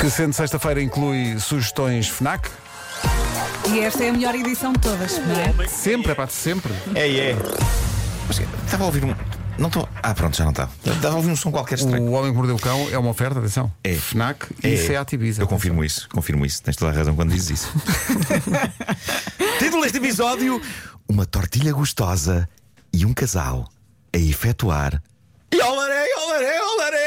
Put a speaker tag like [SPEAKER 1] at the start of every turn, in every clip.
[SPEAKER 1] que sendo sexta-feira inclui sugestões FNAC.
[SPEAKER 2] E esta é a melhor edição de todas, não é?
[SPEAKER 1] Sempre, é pá, sempre.
[SPEAKER 3] É, é. Mas estava a ouvir um. Não estou. Ah, pronto, já não estava. Estava a ouvir um som qualquer estranho.
[SPEAKER 1] O Homem que Mordeu o Cão é uma oferta, atenção.
[SPEAKER 3] É.
[SPEAKER 1] FNAC e Seat Ibiza.
[SPEAKER 3] Eu confirmo isso, confirmo isso. Tens toda a razão quando dizes isso. Título deste episódio: Uma tortilha gostosa e um casal a efetuar. E olarei, olarei, olarei!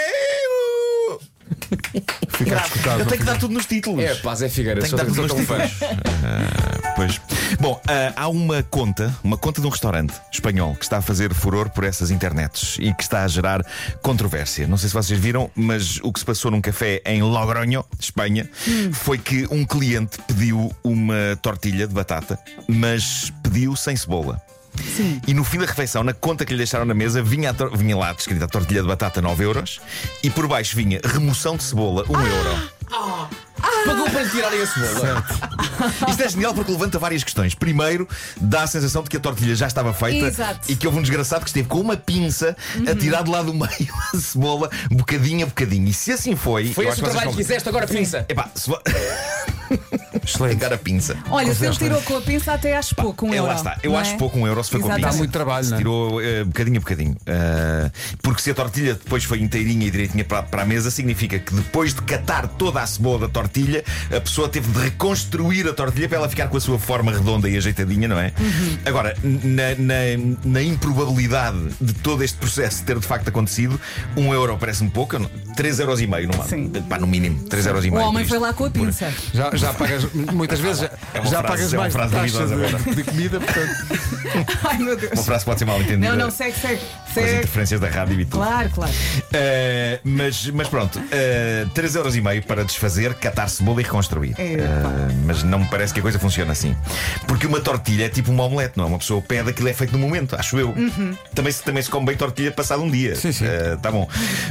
[SPEAKER 1] Ficar escutado.
[SPEAKER 3] Eu tenho que dar tudo nos títulos.
[SPEAKER 4] É, paz, é Figueira,
[SPEAKER 3] Tem que
[SPEAKER 4] só
[SPEAKER 3] dar
[SPEAKER 4] temos
[SPEAKER 3] tudo
[SPEAKER 4] um
[SPEAKER 3] aos
[SPEAKER 4] fãs.
[SPEAKER 3] Pois. Bom, ah, há uma conta, uma conta de um restaurante espanhol que está a fazer furor por essas internets e que está a gerar controvérsia. Não sei se vocês viram, mas o que se passou num café em Logroño, Espanha, foi que um cliente pediu uma tortilha de batata, mas pediu sem cebola. E no fim da refeição, na conta que lhe deixaram na mesa, vinha, a tor- vinha lá descrita a tortilha de batata 9 euros e por baixo vinha remoção de cebola 1 euro.
[SPEAKER 4] Pagou para lhe tirarem a cebola.
[SPEAKER 3] Isto é genial porque levanta várias questões. Primeiro, dá a sensação de que a tortilha já estava feita
[SPEAKER 2] Exato.
[SPEAKER 3] e que houve um desgraçado que esteve com uma pinça a tirar do lado do meio a cebola, bocadinho a bocadinho. E se assim foi.
[SPEAKER 4] Foi
[SPEAKER 3] eu
[SPEAKER 4] esse
[SPEAKER 3] acho
[SPEAKER 4] o trabalho
[SPEAKER 3] vocês
[SPEAKER 4] que
[SPEAKER 3] vão-
[SPEAKER 4] fizeste, agora pinça.
[SPEAKER 3] Epá, se vo...
[SPEAKER 1] Excelente.
[SPEAKER 3] Pingar a pinça.
[SPEAKER 2] Olha, se ele
[SPEAKER 1] Confiança.
[SPEAKER 2] tirou com a pinça, até acho pouco um
[SPEAKER 3] É,
[SPEAKER 2] euro.
[SPEAKER 3] lá está. Eu
[SPEAKER 2] não
[SPEAKER 3] acho
[SPEAKER 2] é?
[SPEAKER 3] pouco um euro se foi com
[SPEAKER 2] Exato.
[SPEAKER 3] pinça.
[SPEAKER 1] Dá muito trabalho,
[SPEAKER 3] Se
[SPEAKER 1] não é?
[SPEAKER 3] tirou eh, bocadinho a bocadinho. Ah, porque se a tortilha depois foi inteirinha e direitinha para, para a mesa, significa que depois de catar toda a cebola da tortilha, a pessoa teve de reconstruir a tortilha para ela ficar com a sua forma redonda e ajeitadinha, não é?
[SPEAKER 2] Uhum.
[SPEAKER 3] Agora, na, na- na improbabilidade de todo este processo ter de facto acontecido, um euro parece-me pouco, eu não- três euros e meio, numa,
[SPEAKER 2] Sim.
[SPEAKER 3] pá, no mínimo, três euros e
[SPEAKER 2] O
[SPEAKER 3] meio. por
[SPEAKER 2] homem
[SPEAKER 3] isto.
[SPEAKER 2] foi lá com a
[SPEAKER 3] Por-
[SPEAKER 2] pinça.
[SPEAKER 1] Já, já pagas, muitas vezes, já,
[SPEAKER 3] É uma
[SPEAKER 1] já
[SPEAKER 3] frase-
[SPEAKER 1] pagas
[SPEAKER 3] é uma
[SPEAKER 1] mais
[SPEAKER 3] frase
[SPEAKER 1] taxa
[SPEAKER 3] duvidosa
[SPEAKER 1] de, de comida, portanto.
[SPEAKER 2] Ai meu Deus.
[SPEAKER 3] Uma frase pode ser mal entendida.
[SPEAKER 2] Não, não, segue, segue.
[SPEAKER 3] com as
[SPEAKER 2] Segue.
[SPEAKER 3] interferências da rádio e tudo.
[SPEAKER 2] Claro, claro.
[SPEAKER 3] Uh, mas, mas pronto, uh, 3,5€ para desfazer, catar cebola e reconstruir.
[SPEAKER 2] É,
[SPEAKER 3] Uh, mas não me parece que a coisa funciona assim. Porque uma tortilha é tipo uma omelete, não é? Uma pessoa pede aquilo é feito no momento, acho eu.
[SPEAKER 2] Uhum.
[SPEAKER 3] Também, se, também se come bem tortilha passado um dia.
[SPEAKER 1] Sim, sim.
[SPEAKER 3] Uh, tá bom.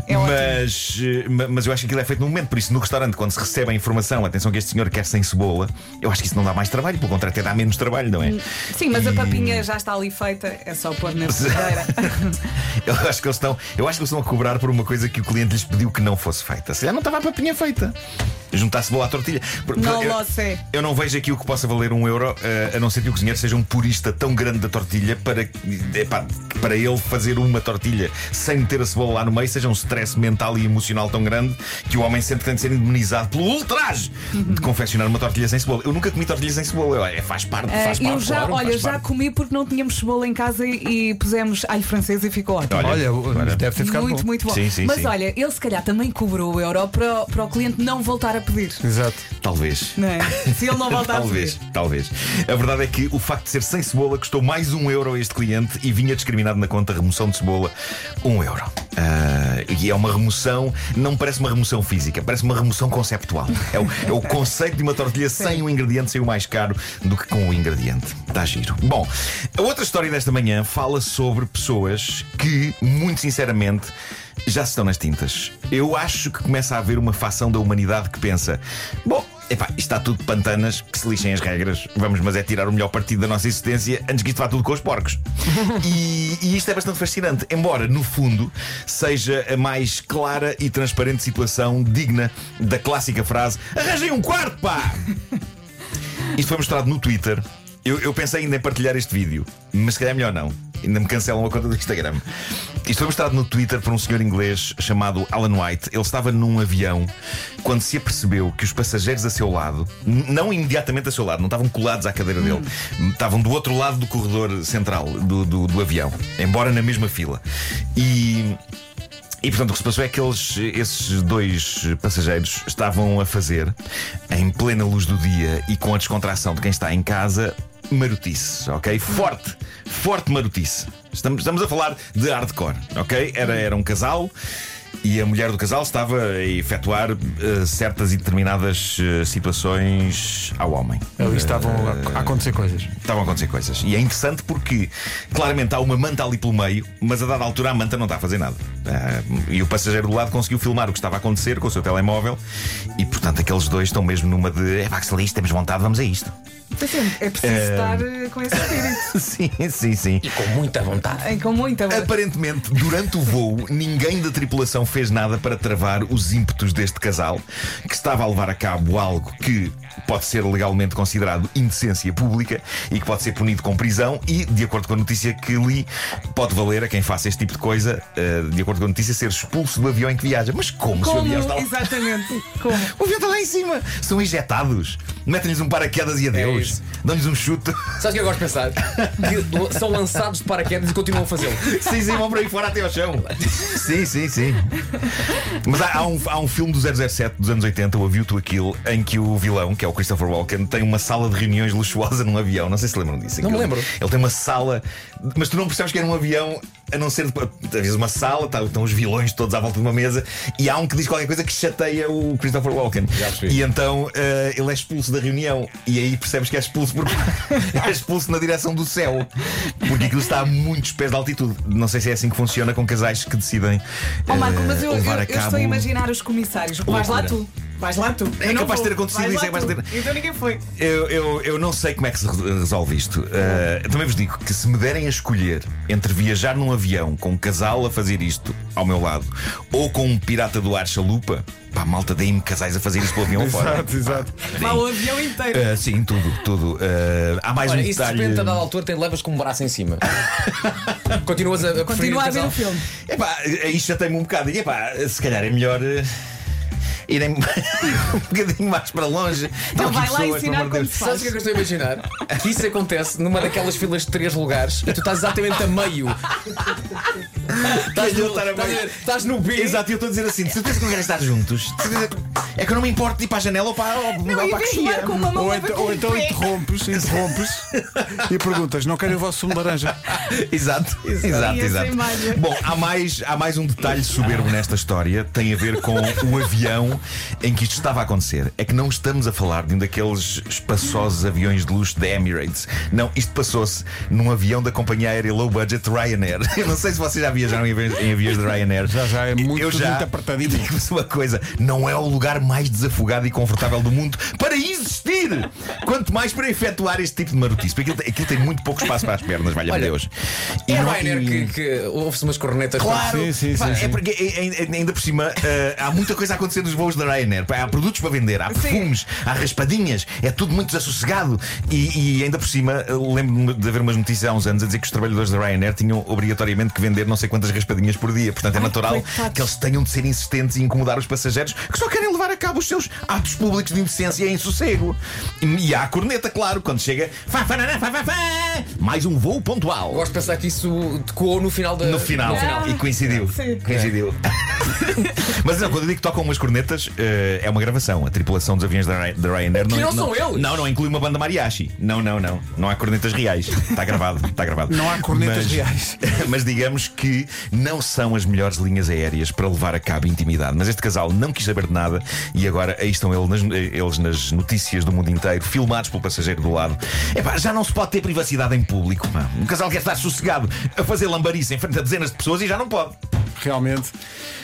[SPEAKER 2] É
[SPEAKER 3] mas, uh, ma- mas eu acho que aquilo é feito no momento. Por isso, no restaurante, quando se recebe a informação, atenção que este senhor quer sem cebola, eu acho que isso não dá mais trabalho, pelo contrário, até dá menos trabalho, não é?
[SPEAKER 2] Sim, mas a
[SPEAKER 3] E-
[SPEAKER 2] papinha já está ali feita, é só pôr na frigideira.
[SPEAKER 3] Eu acho que eles estão, eu acho que eles estão a cobrar por uma coisa que o cliente lhes pediu que não fosse feita. Se calhar não estava a papinha feita. Juntar-se boa à tortilha. Por- por-
[SPEAKER 2] Não
[SPEAKER 3] eu,
[SPEAKER 2] lo sei.
[SPEAKER 3] eu não vejo aqui o que possa valer um euro, eh, a não ser que o cozinheiro seja um purista tão grande da tortilha para, que- epá, para ele fazer uma tortilha sem meter a cebola lá no meio seja um stress mental e emocional tão grande que o homem sente que tem de ser indemnizado pelo ultraje de confeccionar uma tortilha sem cebola. Eu nunca comi tortilha sem cebola. Eu, é, faz parte,
[SPEAKER 2] Ah,
[SPEAKER 3] faz parte.
[SPEAKER 2] eu já,
[SPEAKER 3] claro,
[SPEAKER 2] olha,
[SPEAKER 3] faz
[SPEAKER 2] já
[SPEAKER 3] parte.
[SPEAKER 2] comi porque não tínhamos cebola em casa e, e pusemos alho francês e ficou ótimo.
[SPEAKER 1] Olha,
[SPEAKER 3] agora-
[SPEAKER 1] deve ter ficado
[SPEAKER 2] muito,
[SPEAKER 1] bom.
[SPEAKER 2] muito bom.
[SPEAKER 3] Sim, sim,
[SPEAKER 2] Mas
[SPEAKER 3] sim.
[SPEAKER 2] olha, ele se calhar também cobrou o euro para, para o cliente não voltar a pedir.
[SPEAKER 1] Exato.
[SPEAKER 3] Talvez.
[SPEAKER 2] Não é? Se ele não voltar a
[SPEAKER 3] Talvez,
[SPEAKER 2] pedir.
[SPEAKER 3] talvez. A verdade é que o facto de ser sem cebola custou mais um euro a este cliente e vinha discriminado na conta remoção de cebola um euro. Ah, e é uma remoção, não parece uma remoção física, parece uma remoção conceptual. É o, é o conceito de uma tortilha sem o ingrediente ser o mais caro do que com o ingrediente. Está giro. Bom, a outra história desta manhã fala sobre pessoas que, muito sinceramente, já se estão nas tintas. Eu acho que começa a haver uma facção da humanidade que pensa: bom, epá, isto está tudo de pantanas, que se lixem as regras, vamos, mas é tirar o melhor partido da nossa existência antes que isto vá tudo com os porcos. e, e isto é bastante fascinante, embora, no fundo, seja a mais clara e transparente situação digna da clássica frase: arranjem um quarto, pá! Isto foi mostrado no Twitter. Eu, eu pensei ainda em partilhar este vídeo, mas se calhar é melhor não. Ainda me cancelam a conta do Instagram. Isto foi mostrado no Twitter por um senhor inglês chamado Alan White. Ele estava num avião quando se apercebeu que os passageiros a seu lado, n- não imediatamente a seu lado, não estavam colados à cadeira dele, estavam do outro lado do corredor central do, do, do avião, embora na mesma fila. E e portanto o que se passou é que eles, esses dois passageiros estavam a fazer, em plena luz do dia e com a descontração de quem está em casa, marotice, ok? Forte, forte marotice. Estamos, estamos a falar de hardcore, ok? Era, era um casal. E a mulher do casal estava a efetuar eh, certas e determinadas eh, situações ao homem.
[SPEAKER 1] Ali estavam a, a acontecer coisas.
[SPEAKER 3] Estavam a acontecer coisas. E é interessante porque claramente há uma manta ali pelo meio, mas a dada altura a manta não está a fazer nada. Ah, e o passageiro do lado conseguiu filmar o que estava a acontecer com o seu telemóvel e, portanto, aqueles dois estão mesmo numa de é pá, que se lixe, temos vontade, vamos a isto.
[SPEAKER 2] É preciso estar eh, com esse espírito.
[SPEAKER 3] sim, sim, sim.
[SPEAKER 4] E com muita vontade.
[SPEAKER 2] Ai, Com muita.
[SPEAKER 3] Aparentemente, durante o voo, ninguém da tripulação fez nada para travar os ímpetos deste casal, que estava a levar a cabo algo que pode ser legalmente considerado indecência pública e que pode ser punido com prisão e, de acordo com a notícia que li, pode valer a quem faça este tipo de coisa, eh, de acordo com a notícia, ser expulso do avião em que viaja. Mas como, se o
[SPEAKER 2] Como?
[SPEAKER 3] avião está lá?
[SPEAKER 2] Exatamente. Como?
[SPEAKER 3] O avião está lá em cima! São injetados! Metem-lhes um paraquedas e adeus!
[SPEAKER 4] isso.
[SPEAKER 3] Dão-lhes um chute!
[SPEAKER 4] Sabes o que eu gosto de pensar? Que são lançados de paraquedas e continuam a fazê-lo.
[SPEAKER 3] Sim, sim, vão para aí fora até ao chão. Sim, sim, sim. Mas há, há um, há um filme do 007 dos anos 80, o A View to a Kill, em que o vilão, que é o Christopher Walken, tem uma sala de reuniões luxuosa num avião. Não sei se lembram disso. em
[SPEAKER 4] Não
[SPEAKER 3] que
[SPEAKER 4] me
[SPEAKER 3] ele-
[SPEAKER 4] lembro.
[SPEAKER 3] Ele tem uma sala, mas tu não percebes que era um avião, a não ser. Às vezes uma sala, tá- estão os vilões todos à volta de uma mesa e há um que diz qualquer coisa que chateia o Christopher Walken.
[SPEAKER 4] Já percebi.
[SPEAKER 3] E então eh, ele é expulso da reunião e aí percebes que é expulso porque é expulso na direção do céu. Porque aquilo está a muitos pés de altitude. Não sei se é assim que funciona com casais que decidem
[SPEAKER 2] Ó, Oh,
[SPEAKER 3] eh,
[SPEAKER 2] Marco, mas eu, eu-
[SPEAKER 3] levar a
[SPEAKER 2] eu
[SPEAKER 3] cabo.
[SPEAKER 2] estou a imaginar os comissários. Vais lá
[SPEAKER 3] Loucura.
[SPEAKER 2] tu. Vais lá tu.
[SPEAKER 3] É
[SPEAKER 2] Eu não
[SPEAKER 3] capaz
[SPEAKER 2] vou.
[SPEAKER 3] de ter acontecido
[SPEAKER 2] Vais
[SPEAKER 3] isso,
[SPEAKER 2] lá
[SPEAKER 3] é capaz de
[SPEAKER 2] tu.
[SPEAKER 3] ter-
[SPEAKER 2] Então ninguém foi.
[SPEAKER 3] Eu, eu, eu não sei como é que se re- resolve isto. Eh, também vos digo que se me derem a escolher entre viajar num avião com um casal a fazer isto ao meu lado ou com um pirata do ar chalupa, pá, malta, deem-me casais a fazer isto pelo avião fora.
[SPEAKER 1] Exato, exato.
[SPEAKER 2] Vá o avião inteiro.
[SPEAKER 3] Eh, sim, tudo, tudo. Eh, há mais
[SPEAKER 4] Olha,
[SPEAKER 3] um
[SPEAKER 4] e se de
[SPEAKER 3] detalhe.
[SPEAKER 4] repente a dada altura tem levas com um braço em cima. Continuas a, a preferir
[SPEAKER 2] Continua a ver
[SPEAKER 3] então.
[SPEAKER 4] casal?
[SPEAKER 2] o filme.
[SPEAKER 3] Epá, aí já tem-me um bocado. E epá, se calhar é melhor eh, irem um bocadinho mais para longe. Não,
[SPEAKER 2] vai
[SPEAKER 3] que
[SPEAKER 2] lá
[SPEAKER 3] pessoas,
[SPEAKER 2] ensinar
[SPEAKER 3] pelo amor de
[SPEAKER 2] como
[SPEAKER 3] Deus.
[SPEAKER 2] se faz.
[SPEAKER 4] Sabes o que é que eu estou a imaginar? Que isso acontece numa daquelas filas de três lugares e tu estás exatamente a meio. Estás
[SPEAKER 3] Eu
[SPEAKER 4] no,
[SPEAKER 3] estar a
[SPEAKER 4] estás a
[SPEAKER 3] meio.
[SPEAKER 4] ver, estás no B.
[SPEAKER 3] Exato, e eu estou a dizer assim: de certeza que não querem estar juntos. De certeza que- É que eu não me importo de ir para a janela ou para, ou
[SPEAKER 2] Não,
[SPEAKER 3] ou
[SPEAKER 2] e
[SPEAKER 3] para a
[SPEAKER 2] vês
[SPEAKER 3] coxia.
[SPEAKER 2] lá com uma mão
[SPEAKER 1] Ou,
[SPEAKER 2] leva
[SPEAKER 1] então-
[SPEAKER 2] com
[SPEAKER 1] ou
[SPEAKER 2] o
[SPEAKER 1] então
[SPEAKER 2] pé.
[SPEAKER 1] interrompes, interrompes e perguntas: não querem o vosso sumo de laranja?
[SPEAKER 3] Exato, exato,
[SPEAKER 2] E essa
[SPEAKER 3] exato.
[SPEAKER 2] imagem?
[SPEAKER 3] Bom, há mais, há mais um detalhe soberbo nesta história, tem a ver com o avião em que isto estava a acontecer. É que não estamos a falar de um daqueles espaçosos aviões de luxo da Emirates. Não, isto passou-se num avião da companhia aérea low budget Ryanair. Eu não sei se vocês já viajaram em aviões, em aviões de Ryanair.
[SPEAKER 1] Já, já, é muito,
[SPEAKER 3] Eu já,
[SPEAKER 1] muito apertadinho.
[SPEAKER 3] E digo-vos uma coisa: não é o lugar mais desafogado e confortável do mundo para existir. Quanto mais para efetuar este tipo de marotice. Porque aquilo, tem- aquilo tem muito pouco espaço para as pernas, valha-me
[SPEAKER 4] Olha,
[SPEAKER 3] Deus.
[SPEAKER 4] É
[SPEAKER 3] não-
[SPEAKER 4] a Ryanair que, que ouve-se umas cornetas.
[SPEAKER 3] Claro,
[SPEAKER 1] Sim, sim,
[SPEAKER 3] Pá,
[SPEAKER 1] sim,
[SPEAKER 3] é
[SPEAKER 1] sim.
[SPEAKER 3] porque a- a- a- ainda por cima eh, há muita coisa a acontecer nos voos da Ryanair. Pá, Há produtos para vender, há perfumes, há raspadinhas, é tudo muito desassossegado. E, e ainda por cima, eh, lembro-me de haver umas notícias há uns anos a dizer que os trabalhadores da Ryanair tinham obrigatoriamente que vender não sei quantas raspadinhas por dia. Portanto, é natural
[SPEAKER 2] coitados.
[SPEAKER 3] que eles tenham de ser insistentes e incomodar os passageiros que só querem levar a cabo os seus atos públicos de indecência em sossego. E, e há a corneta, claro, quando chega, fá, fá, naná, fá, fá, fá, mais um voo pontual.
[SPEAKER 4] Gosto de pensar que isso decoou no final da.
[SPEAKER 3] No final.
[SPEAKER 4] no
[SPEAKER 2] final.
[SPEAKER 3] E coincidiu.
[SPEAKER 2] Sim.
[SPEAKER 3] Coincidiu. Mas não, quando eu digo que tocam umas cornetas, eh, é uma gravação. A tripulação dos aviões da, Ry- da Ryanair
[SPEAKER 4] Que não são eles.
[SPEAKER 3] Não, não inclui uma banda mariachi. Não, não, não. Não há cornetas reais. Está gravado, está gravado.
[SPEAKER 1] Não há cornetas
[SPEAKER 3] Mas-
[SPEAKER 1] reais.
[SPEAKER 3] mas digamos que não são as melhores linhas aéreas para levar a cabo intimidade. Mas este casal não quis saber de nada e agora aí estão ele nas- eles nas notícias do mundo inteiro, filmados pelo passageiro do lado. Epá, já não se pode ter privacidade em público. pá. Um casal quer estar sossegado a fazer lambarice em frente a dezenas de pessoas e já não pode.
[SPEAKER 1] Realmente.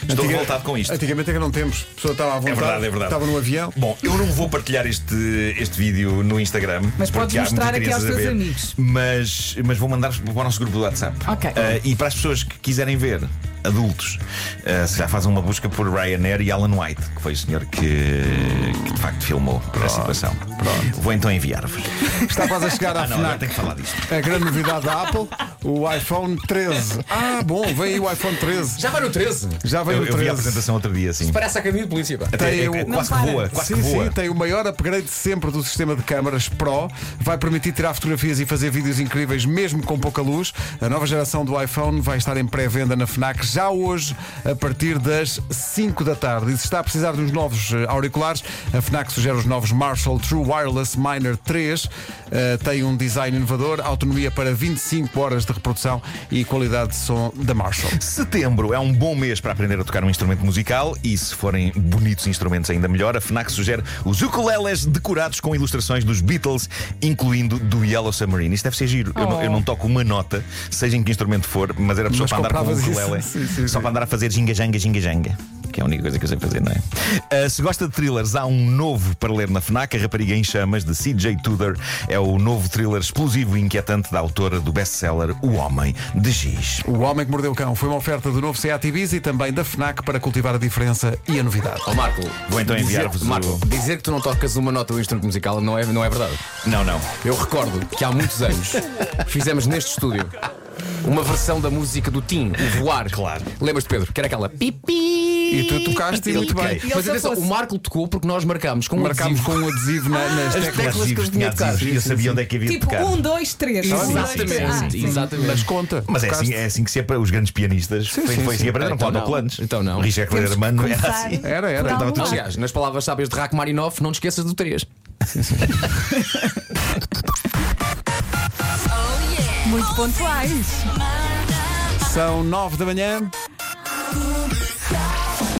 [SPEAKER 3] Estou revoltado com isto.
[SPEAKER 1] Antigamente é que não temos. A pessoa estava à vontade.
[SPEAKER 3] É verdade, é verdade.
[SPEAKER 1] Estava no avião.
[SPEAKER 3] Bom, eu não vou partilhar este, este vídeo no Instagram.
[SPEAKER 2] Mas
[SPEAKER 3] porque
[SPEAKER 2] podes
[SPEAKER 3] há
[SPEAKER 2] mostrar
[SPEAKER 3] muita
[SPEAKER 2] aqui aos
[SPEAKER 3] criança a
[SPEAKER 2] teus
[SPEAKER 3] ver.
[SPEAKER 2] amigos.
[SPEAKER 3] Mas, mas vou mandar para o nosso grupo do WhatsApp.
[SPEAKER 2] Ok.
[SPEAKER 3] Ah, e para as pessoas que quiserem ver, adultos, ah, se já fazem uma busca por Ryanair e Alan White, que foi o senhor que, que de facto filmou a situação. Vou então enviar-vos.
[SPEAKER 1] Está quase a chegar à
[SPEAKER 3] Ah, não, agora
[SPEAKER 1] FNAC.
[SPEAKER 3] tenho que falar disto.
[SPEAKER 1] É A grande novidade da Apple, o iPhone 13. Ah, bom, vem aí o iPhone 13.
[SPEAKER 4] Já vai no 13.
[SPEAKER 1] Já veio
[SPEAKER 3] Eu,
[SPEAKER 1] o
[SPEAKER 3] eu vi a
[SPEAKER 1] 13.
[SPEAKER 3] apresentação outro dia, assim.
[SPEAKER 4] Parece a caminho de polícia. Pá.
[SPEAKER 3] Até, é,
[SPEAKER 1] Tem
[SPEAKER 3] é
[SPEAKER 1] o-
[SPEAKER 3] quase que
[SPEAKER 2] Não para.
[SPEAKER 3] voa, quase
[SPEAKER 1] sim,
[SPEAKER 3] que voa.
[SPEAKER 1] sim, tem o maior upgrade sempre do sistema de câmaras Pro. Vai permitir tirar fotografias e fazer vídeos incríveis mesmo com pouca luz. A nova geração do iPhone vai estar em pré-venda na FNAC já hoje, a partir das 5 da tarde. E se está a precisar dos novos eh, auriculares, a FNAC sugere os novos Marshall True Wireless Minor 3. Eh, tem um design inovador, autonomia para 25 horas de reprodução e qualidade de som da Marshall.
[SPEAKER 3] Setembro é um bom mês para aprender a tocar um instrumento musical e se forem bonitos instrumentos ainda melhor, a FNAC sugere os ukuleles decorados com ilustrações dos Beatles, incluindo do Yellow Submarine. Isto deve ser giro. Eu, não, eu não toco uma nota, seja em que instrumento for, mas era pessoa
[SPEAKER 1] Mas
[SPEAKER 3] para andar com o
[SPEAKER 1] compravas isso.
[SPEAKER 3] ukulele,
[SPEAKER 1] Sim, sim,
[SPEAKER 3] só
[SPEAKER 1] sim.
[SPEAKER 3] para andar a fazer ginga-janga, ginga-janga. que é a única coisa que eu sei fazer, não é? Ah, se gosta de thrillers, há um novo para ler na FNAC, A Rapariga em Chamas, de C.J. Tudor. É o novo thriller explosivo e inquietante da autora do best-seller O Homem de Giz.
[SPEAKER 1] O Homem que Mordeu o Cão foi uma oferta do novo Seat Ibiza e também da FNAC para cultivar a diferença e a novidade.
[SPEAKER 4] Ó Oh, Marco,
[SPEAKER 3] Vou então
[SPEAKER 4] dizer-
[SPEAKER 3] enviar-vos o-
[SPEAKER 4] Marco, dizer que tu não tocas uma nota do instrumento musical não é, não é verdade.
[SPEAKER 3] Não, não.
[SPEAKER 4] Eu recordo que há muitos anos fizemos neste estúdio uma versão da música do Tim, o Voar.
[SPEAKER 3] Claro.
[SPEAKER 4] Lembras-te, Pedro? Que era aquela pipi.
[SPEAKER 1] E tu tocaste
[SPEAKER 3] Eu
[SPEAKER 1] muito
[SPEAKER 3] toquei.
[SPEAKER 1] bem.
[SPEAKER 2] E ele
[SPEAKER 4] Mas
[SPEAKER 2] só
[SPEAKER 4] atenção,
[SPEAKER 2] fosse.
[SPEAKER 4] o Marco tocou porque nós marcámos com um
[SPEAKER 1] Marcámos
[SPEAKER 4] adesivo.
[SPEAKER 1] com um adesivo na- nas teclas.
[SPEAKER 4] As teclas que eu
[SPEAKER 3] Adesivos, tinha
[SPEAKER 4] tinha tocado.
[SPEAKER 3] adesivos e eu sabia onde é que havia de
[SPEAKER 2] Tipo,
[SPEAKER 3] tocar.
[SPEAKER 2] um, dois, três.
[SPEAKER 3] Então,
[SPEAKER 2] Um, dois, três. Ah,
[SPEAKER 4] Exatamente,
[SPEAKER 2] sim.
[SPEAKER 4] exatamente.
[SPEAKER 1] Mas conta.
[SPEAKER 3] Mas é assim,
[SPEAKER 1] tocaste.
[SPEAKER 3] é assim que se apre- os grandes pianistas foi,
[SPEAKER 1] sim,
[SPEAKER 3] foi assim
[SPEAKER 1] sim.
[SPEAKER 3] que aprenderam,
[SPEAKER 4] Então
[SPEAKER 3] Paulo
[SPEAKER 4] não.
[SPEAKER 3] Colantes.
[SPEAKER 4] Então não.
[SPEAKER 3] Richard
[SPEAKER 2] Temos que
[SPEAKER 3] Clermano era
[SPEAKER 2] começar
[SPEAKER 3] assim.
[SPEAKER 1] Era, era.
[SPEAKER 2] por
[SPEAKER 1] Estava
[SPEAKER 2] algum
[SPEAKER 3] tudo
[SPEAKER 2] lado.
[SPEAKER 4] Aliás, nas palavras sábias de Rachmaninoff, não te esqueças do 3.
[SPEAKER 5] Oh yeah.
[SPEAKER 2] Muito pontuais.
[SPEAKER 1] São nove da manhã.